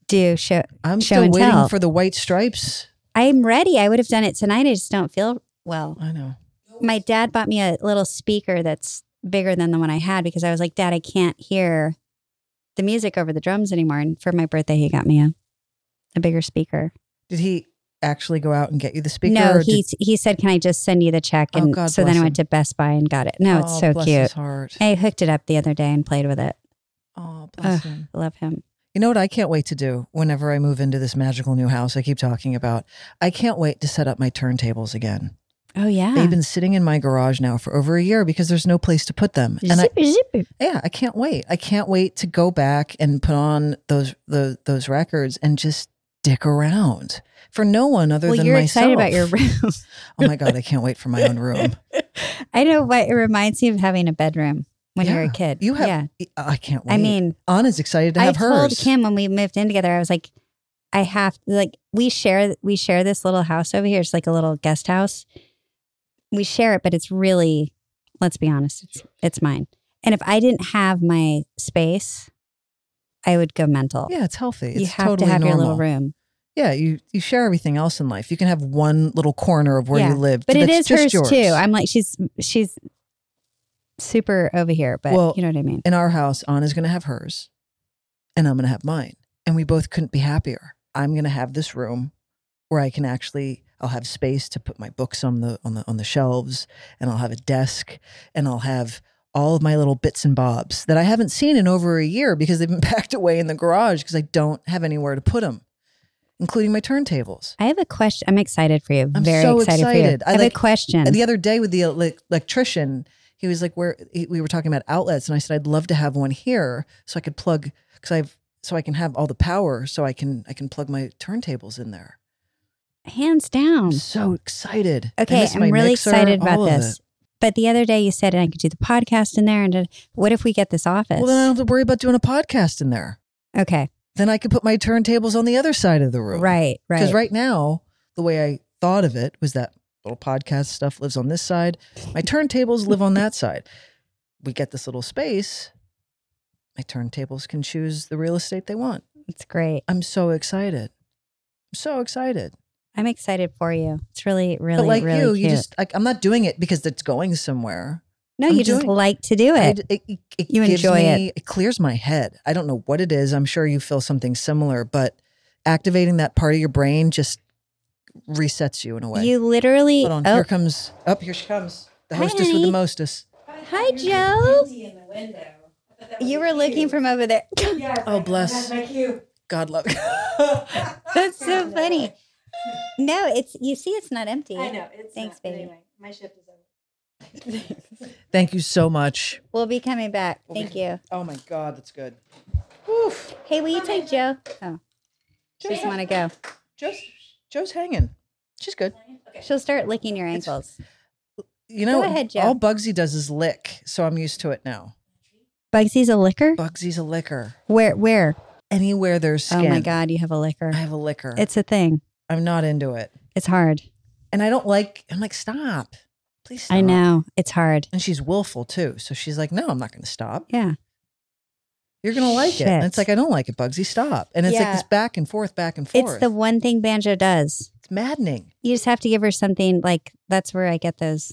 Speaker 2: do show.
Speaker 1: I'm
Speaker 2: Show
Speaker 1: still
Speaker 2: and
Speaker 1: waiting
Speaker 2: tell.
Speaker 1: for the white stripes.
Speaker 2: I'm ready. I would have done it tonight. I just don't feel well.
Speaker 1: I know.
Speaker 2: my dad bought me a little speaker that's bigger than the one I had because I was like, Dad, I can't hear the music over the drums anymore. And for my birthday, he got me a, a bigger speaker.
Speaker 1: Did he actually go out and get you the speaker?
Speaker 2: no,
Speaker 1: or did-
Speaker 2: he he said, "Can I just send you the check?"
Speaker 1: Oh,
Speaker 2: And
Speaker 1: God
Speaker 2: so then
Speaker 1: bless
Speaker 2: I went
Speaker 1: him.
Speaker 2: to Best Buy and got it. No, it's
Speaker 1: Oh,
Speaker 2: so
Speaker 1: bless
Speaker 2: cute.
Speaker 1: His heart.
Speaker 2: I hooked it up the other day and played with it.
Speaker 1: Oh, bless
Speaker 2: Ugh.
Speaker 1: him.
Speaker 2: I love him.
Speaker 1: You know what I can't wait to do whenever I move into this magical new house I keep talking about? I can't wait to set up my turntables again.
Speaker 2: Oh yeah.
Speaker 1: They've been sitting in my garage now for over a year because there's no place to put them. And I,
Speaker 2: Zipper, zipper.
Speaker 1: yeah, I can't wait. I can't wait to go back and put on those the, those records and just dick around for no one other
Speaker 2: Well,
Speaker 1: than
Speaker 2: you're
Speaker 1: myself.
Speaker 2: excited about your room.
Speaker 1: oh my god, I can't wait for my own room.
Speaker 2: I know what it reminds me of having a bedroom when you were a
Speaker 1: Yeah.
Speaker 2: kid.
Speaker 1: You have,
Speaker 2: yeah.
Speaker 1: E, I can't wait.
Speaker 2: I mean,
Speaker 1: Anna's excited to have
Speaker 2: I
Speaker 1: hers.
Speaker 2: told Kim when we moved in together, I was like, I have like we share we share this little house over here. It's like a little guest house. We share it, but it's really Let's be honest, it's it's mine. And if I didn't have my space, I would go mental.
Speaker 1: Yeah, it's healthy. It's
Speaker 2: you have
Speaker 1: totally
Speaker 2: to have
Speaker 1: normal.
Speaker 2: your little room.
Speaker 1: Yeah, you you share everything else in life. You can have one little corner of where
Speaker 2: Yeah,
Speaker 1: you live,
Speaker 2: But it
Speaker 1: that's
Speaker 2: is
Speaker 1: just
Speaker 2: hers
Speaker 1: yours.
Speaker 2: too. I'm like she's she's super over here, but
Speaker 1: Well,
Speaker 2: you know what I mean.
Speaker 1: in our house, Anna's going to have hers, and I'm going to have mine, and we both couldn't be happier. I'm going to have this room where I can actually I'll have space to put my books on the on the on the shelves, and I'll have a desk, and I'll have all of my little bits and bobs that I haven't seen in over a year because they've been packed away in the garage because I don't have anywhere to put them, including my turntables.
Speaker 2: I have a question. I'm excited for you.
Speaker 1: I'm
Speaker 2: Very
Speaker 1: so
Speaker 2: excited,
Speaker 1: excited.
Speaker 2: for you.
Speaker 1: I
Speaker 2: I, have
Speaker 1: like-
Speaker 2: a question.
Speaker 1: And the other day with the ele- electrician, he was like, "Where he, we were talking about outlets," and I said, "I'd love to have one here so I could plug because I've so I can have all the power so I can I can plug my turntables in there."
Speaker 2: Hands down.
Speaker 1: I'm so excited.
Speaker 2: Hmm.
Speaker 1: I
Speaker 2: Okay,
Speaker 1: miss my
Speaker 2: I'm really
Speaker 1: mixer,
Speaker 2: excited about
Speaker 1: all of
Speaker 2: this.
Speaker 1: it.
Speaker 2: But the other day you said I could do the podcast in there, and uh, what if we get this office?
Speaker 1: Well, then I don't have to worry about doing a podcast in there.
Speaker 2: okay,
Speaker 1: Then I could put my turntables on the other side of the room.
Speaker 2: right,
Speaker 1: Because
Speaker 2: right.
Speaker 1: right now, the way I thought of it was that little podcast stuff lives on this side. My turntables live on that side. We get this little space. My turntables can choose the real estate they want.
Speaker 2: It's great.
Speaker 1: I'm so excited. I'm so excited.
Speaker 2: I'm excited for you. It's really, really,
Speaker 1: but like
Speaker 2: really
Speaker 1: you,
Speaker 2: cute.
Speaker 1: you just like I'm not doing it because it's going somewhere.
Speaker 2: no,
Speaker 1: I'm
Speaker 2: you just
Speaker 1: doing-
Speaker 2: like to do
Speaker 1: I
Speaker 2: it.
Speaker 1: d- it, it, it
Speaker 2: You
Speaker 1: gives
Speaker 2: enjoy
Speaker 1: me, it. clears my head. I don't know what it is. I'm sure you feel something similar, but activating that part of your brain just resets you in a way.
Speaker 2: You literally.
Speaker 1: Hold on.
Speaker 2: oh,
Speaker 1: Here comes. Up here she comes. The
Speaker 2: Hi,
Speaker 1: hostess with the
Speaker 2: honey.
Speaker 1: mostess.
Speaker 2: hi, Joe. You were looking from over there.
Speaker 1: Oh, bless. God love.
Speaker 2: That's so funny. No, it's you see, it's not empty.
Speaker 6: I know. It's
Speaker 2: Thanks,
Speaker 6: not, but
Speaker 2: baby.
Speaker 6: Anyway, my shift is over.
Speaker 1: Thank you so much.
Speaker 2: We'll be coming back. Thank you.
Speaker 1: Oh my God, that's good.
Speaker 2: Hey, will you take Joe? Oh, she doesn't want to go.
Speaker 1: Joe's, Joe's hanging. She's good.
Speaker 2: She'll start licking your ankles.
Speaker 1: You know,
Speaker 2: Go ahead, Joe.
Speaker 1: all Bugsy does is lick, so I'm used to it now.
Speaker 2: Bugsy's a licker.
Speaker 1: Bugsy's a licker.
Speaker 2: Where? Where?
Speaker 1: Anywhere there's skin,
Speaker 2: Oh my god, you have a licker.
Speaker 1: I have a licker.
Speaker 2: It's a thing.
Speaker 1: I'm not into it,
Speaker 2: It's hard.
Speaker 1: and I don't like. I'm like, stop, please. Stop.
Speaker 2: I know. It's hard.
Speaker 1: And she's willful too, so she's like, no, I'm not going to stop.
Speaker 2: Yeah.
Speaker 1: You're going to like it. And
Speaker 2: Shit.
Speaker 1: it's like I don't like it, Bugsy. Stop. And it's like
Speaker 2: Yeah.
Speaker 1: this back and forth, back and forth.
Speaker 2: It's the one thing banjo does.
Speaker 1: It's maddening.
Speaker 2: You just have to give her something like that's where I get those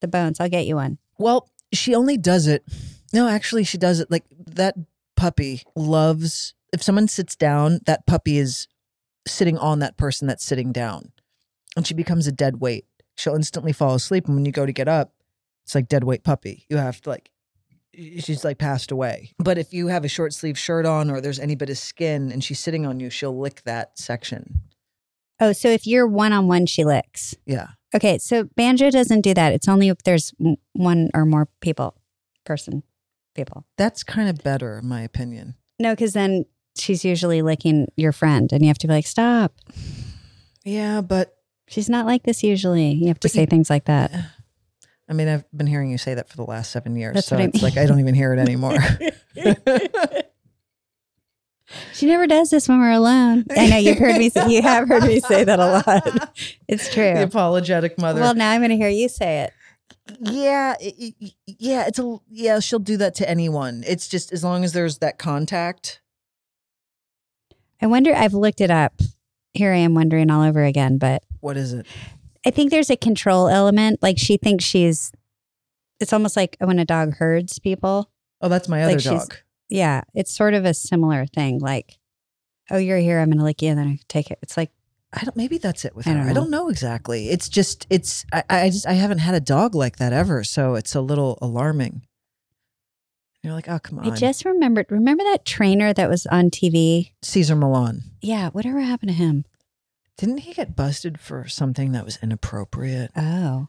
Speaker 2: the bones. I'll get you one.
Speaker 1: Well, she only does it. No, actually, she does it like that puppy loves. If someone sits down, that puppy is sitting on that person that's sitting down, and she becomes a dead weight. She'll instantly fall asleep, and when you go to get up, it's like dead weight puppy. You have to like. She's like passed away. But if you have a short sleeve shirt on or there's any bit of skin and she's sitting on you, she'll lick that section.
Speaker 2: Oh, so if you're one on one, she licks.
Speaker 1: Yeah.
Speaker 2: Okay, so banjo doesn't do that. It's only if there's m- one or more people, person, people.
Speaker 1: That's kind of better, in my opinion.
Speaker 2: No, because then she's usually licking your friend, and you have to be like, "Stop."
Speaker 1: Yeah, but
Speaker 2: She's not like this usually. You have to
Speaker 1: But
Speaker 2: say
Speaker 1: you-
Speaker 2: things like that.
Speaker 1: I mean, I've been hearing you say that for the last seven years.
Speaker 2: That's
Speaker 1: so
Speaker 2: what I
Speaker 1: it's like I don't even hear it anymore.
Speaker 2: She never does this when we're alone. I know you've heard me. Say, you have heard me say that a lot. It's
Speaker 1: the
Speaker 2: true.
Speaker 1: apologetic mother.
Speaker 2: Well, now I'm going to hear you say it.
Speaker 1: yeah, it- it- yeah, it's a yeah. She'll do that to anyone. It's just as long as there's that contact.
Speaker 2: I wonder. I've looked it up. Here I am wondering all over again. But
Speaker 1: What is it?
Speaker 2: I think there's a control element. Like she thinks she's. It's almost like when a dog herds people.
Speaker 1: Oh, that's my other
Speaker 2: Like she's-
Speaker 1: dog.
Speaker 2: Yeah, it's sort of a similar thing. Like, oh, you're here. I'm going to lick you, and then I take it. It's like
Speaker 1: I don't. Maybe that's it with
Speaker 2: I
Speaker 1: her.
Speaker 2: don't
Speaker 1: I don't know exactly. It's just. It's. I, I just. I haven't had a dog like that ever. So it's a little alarming. You're like, oh come on,
Speaker 2: I just remembered. Remember that trainer that was on TV?
Speaker 1: Caesar Milan.
Speaker 2: Yeah, whatever happened to him?
Speaker 1: Didn't he get busted for something that was inappropriate?
Speaker 2: Oh,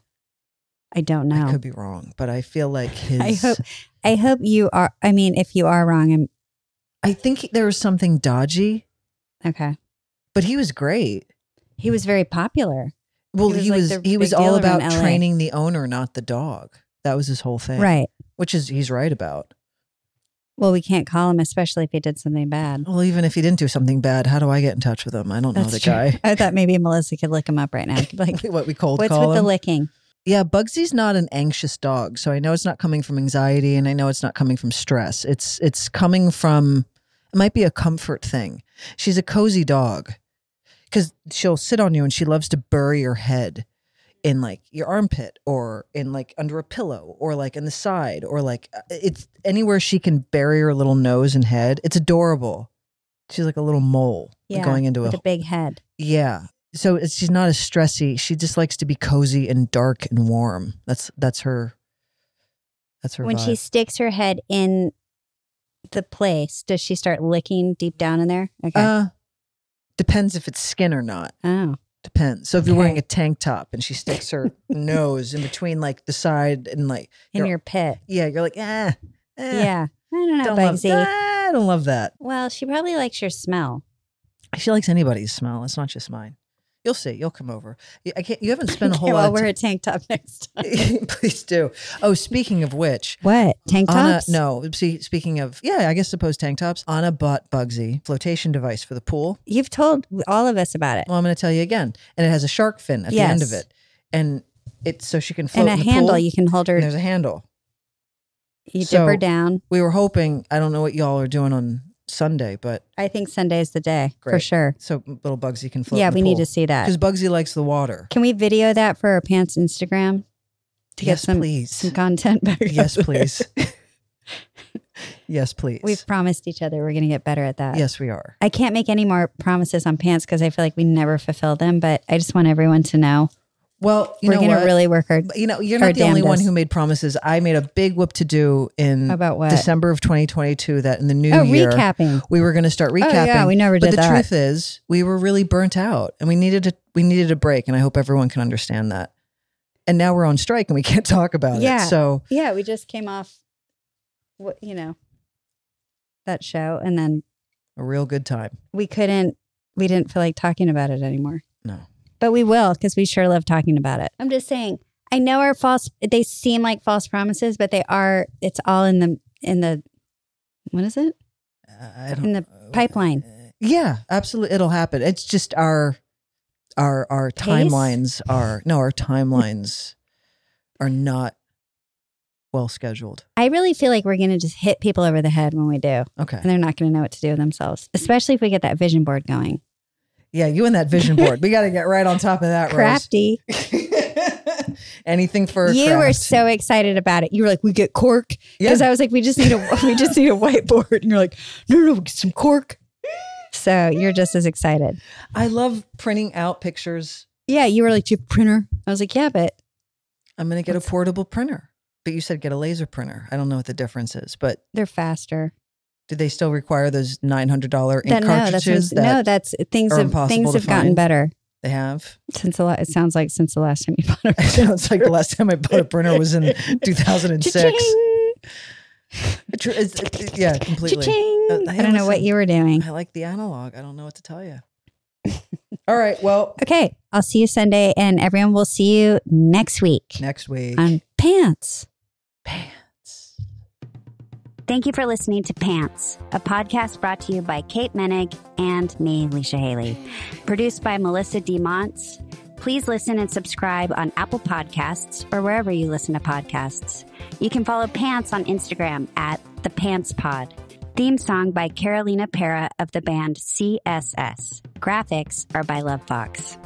Speaker 2: I don't
Speaker 1: I
Speaker 2: know.
Speaker 1: could be wrong, but I feel like his.
Speaker 2: I hope I hope you are I mean if you are wrong I'm
Speaker 1: I think he- there was something dodgy,
Speaker 2: okay.
Speaker 1: but he was great.
Speaker 2: He was very popular.
Speaker 1: Well,
Speaker 2: was
Speaker 1: he
Speaker 2: like
Speaker 1: was
Speaker 2: the
Speaker 1: he
Speaker 2: big
Speaker 1: was
Speaker 2: dealer
Speaker 1: all
Speaker 2: in
Speaker 1: about
Speaker 2: LA.
Speaker 1: training the owner, not the dog. That was his whole thing,
Speaker 2: Right.
Speaker 1: Which is he's right about.
Speaker 2: Well, we can't call him especially if he did something bad.
Speaker 1: Well, even if he didn't do something bad, how do I get in touch with him? I don't know the
Speaker 2: true.
Speaker 1: guy.
Speaker 2: I thought maybe Melissa could look him up right now. Like
Speaker 1: what we cold
Speaker 2: what's
Speaker 1: call
Speaker 2: with the
Speaker 1: him?
Speaker 2: licking?
Speaker 1: Yeah, Bugsy's not an anxious dog, so I know it's not coming from anxiety and I know it's not coming from stress. It's it's coming from it might be a comfort thing. She's a cozy dog cuz she'll sit on you and she loves to bury her head in like your armpit or in like under a pillow or like in the side or like uh, it's anywhere she can bury her little nose and head. It's adorable. She's like a little mole
Speaker 2: Yeah,
Speaker 1: going into
Speaker 2: with
Speaker 1: a
Speaker 2: a big head.
Speaker 1: yeah. So it's, she's not as stressy. She just likes to be cozy and dark and warm. That's that's her. That's her.
Speaker 2: When
Speaker 1: vibe.
Speaker 2: she sticks her head in the place, does she start licking deep down in there? Okay.
Speaker 1: uh, depends if it's skin or not.
Speaker 2: oh.
Speaker 1: Depends. So if you're wearing
Speaker 2: Okay.
Speaker 1: a tank top and she sticks her nose in between like the side and like
Speaker 2: in
Speaker 1: you're-
Speaker 2: your pit.
Speaker 1: yeah, you're like eh, eh,
Speaker 2: Yeah. I don't know,
Speaker 1: don't love,
Speaker 2: Bugsy.
Speaker 1: ah, I don't love that.
Speaker 2: Well, she probably likes your smell.
Speaker 1: She likes anybody's smell. It's not just mine. You'll see. You'll come over. You- I can't. You haven't spent a whole
Speaker 2: Okay, well,
Speaker 1: lot.
Speaker 2: wear
Speaker 1: of
Speaker 2: a tank top next time.
Speaker 1: time. Please do. Oh, speaking of which,
Speaker 2: What? Tank
Speaker 1: Anna,
Speaker 2: tops?
Speaker 1: no. See, speaking of, yeah, I guess suppose tank tops. Anna bought Bugsy flotation device for the pool.
Speaker 2: You've told all of us about it.
Speaker 1: Well, I'm going to tell you again, and it has a shark fin at the end of
Speaker 2: Yes.
Speaker 1: it, and it's so she can float
Speaker 2: and a
Speaker 1: in the
Speaker 2: handle
Speaker 1: Pool,
Speaker 2: you can hold her
Speaker 1: and there's a handle.
Speaker 2: you dip
Speaker 1: so-
Speaker 2: her down.
Speaker 1: We were hoping. I don't know what y'all are doing on Sunday, but
Speaker 2: I think Sunday's the day for
Speaker 1: Great.
Speaker 2: sure.
Speaker 1: so little Bugsy can float.
Speaker 2: yeah, we need to see
Speaker 1: because
Speaker 2: that.
Speaker 1: Bugsy likes the water.
Speaker 2: Can we video that for our pants Instagram? To get
Speaker 1: yes,
Speaker 2: some-
Speaker 1: please.
Speaker 2: Some content back. up
Speaker 1: yes,
Speaker 2: there.
Speaker 1: please. yes, please.
Speaker 2: We've promised each other we're gonna get better at that.
Speaker 1: yes, we are.
Speaker 2: I can't make any more promises on pants because I feel like we never fulfill them, but I just want everyone to know.
Speaker 1: Well, you
Speaker 2: we're
Speaker 1: know
Speaker 2: gonna
Speaker 1: what?
Speaker 2: really work hard
Speaker 1: you know, you're
Speaker 2: our
Speaker 1: not the only one
Speaker 2: damnedest.
Speaker 1: who made promises. I made a big whip to do in
Speaker 2: about what?
Speaker 1: December of 2022 that in the new
Speaker 2: oh,
Speaker 1: year
Speaker 2: recapping.
Speaker 1: we were going to start recapping.
Speaker 2: Oh, yeah, we never
Speaker 1: but
Speaker 2: did
Speaker 1: the
Speaker 2: that.
Speaker 1: truth is, we were really burnt out, and we needed a we needed a break. And I hope everyone can understand that. And now we're on strike, and we can't talk about
Speaker 2: Yeah.
Speaker 1: it. So
Speaker 2: Yeah, we just came off, wh- you know, that show, and then
Speaker 1: a real good time.
Speaker 2: we couldn't, we didn't feel like talking about it anymore.
Speaker 1: No.
Speaker 2: But we will because we sure love talking about it. I'm just saying, I know our false, they seem like false promises, but they are, it's all in the, in the, what is it?
Speaker 1: I I
Speaker 2: In the pipeline.
Speaker 1: Yeah, absolutely, it'll happen. It's just our our our
Speaker 2: Pace?
Speaker 1: timelines are no, our timelines are not well scheduled.
Speaker 2: I really feel like we're going to just hit people over the head when we do,
Speaker 1: Okay.
Speaker 2: and they're not going to know what to do with themselves, especially if we get that vision board going.
Speaker 1: Yeah, you and that vision board. We got to get right on top of that, Rose.
Speaker 2: Crafty.
Speaker 1: Anything for a
Speaker 2: you
Speaker 1: craft.
Speaker 2: were so excited about it. You were like, "We get cork,"
Speaker 1: Yeah.
Speaker 2: because I was like, "We just need a we just need a whiteboard," and you're like, "No, no, we get some cork." So you're just as excited.
Speaker 1: I love printing out pictures.
Speaker 2: Yeah, you were like, "Do you have a printer?" I was like, "Yeah, but
Speaker 1: I'm going to get
Speaker 2: What's-
Speaker 1: a portable printer. But you said get a laser printer. I don't know what the difference is, but
Speaker 2: they're faster."
Speaker 1: do they still require those $900 ink
Speaker 2: That- no, that's
Speaker 1: cartridges that
Speaker 2: no, that's things
Speaker 1: are
Speaker 2: have
Speaker 1: impossible
Speaker 2: things
Speaker 1: to
Speaker 2: have gotten
Speaker 1: find?
Speaker 2: better
Speaker 1: they have?
Speaker 2: since the la- it sounds like since the last time you bought
Speaker 1: It
Speaker 2: a
Speaker 1: sounds like the last time I bought a printer was in 2006.
Speaker 2: Cha-ching!
Speaker 1: Tr- it's- it- yeah, completely.
Speaker 2: Cha-ching!
Speaker 1: Uh, hey,
Speaker 2: I don't know what
Speaker 1: listen.
Speaker 2: you were doing.
Speaker 1: I like the analog. I don't know what to tell you. All right. Well,
Speaker 2: Okay, I'll see you Sunday, and everyone will see you next week
Speaker 1: next week.
Speaker 2: on Pants.
Speaker 1: Pants.
Speaker 5: Thank you for listening to Pants, a podcast brought to you by Kate Menig and me, Leisha Haley. Produced by Melissa D. Monts. Please listen and subscribe on Apple Podcasts or wherever you listen to podcasts. You can follow Pants on Instagram at The Pants Pod. Theme song by Carolina Para of the band CSS. Graphics are by Love Fox.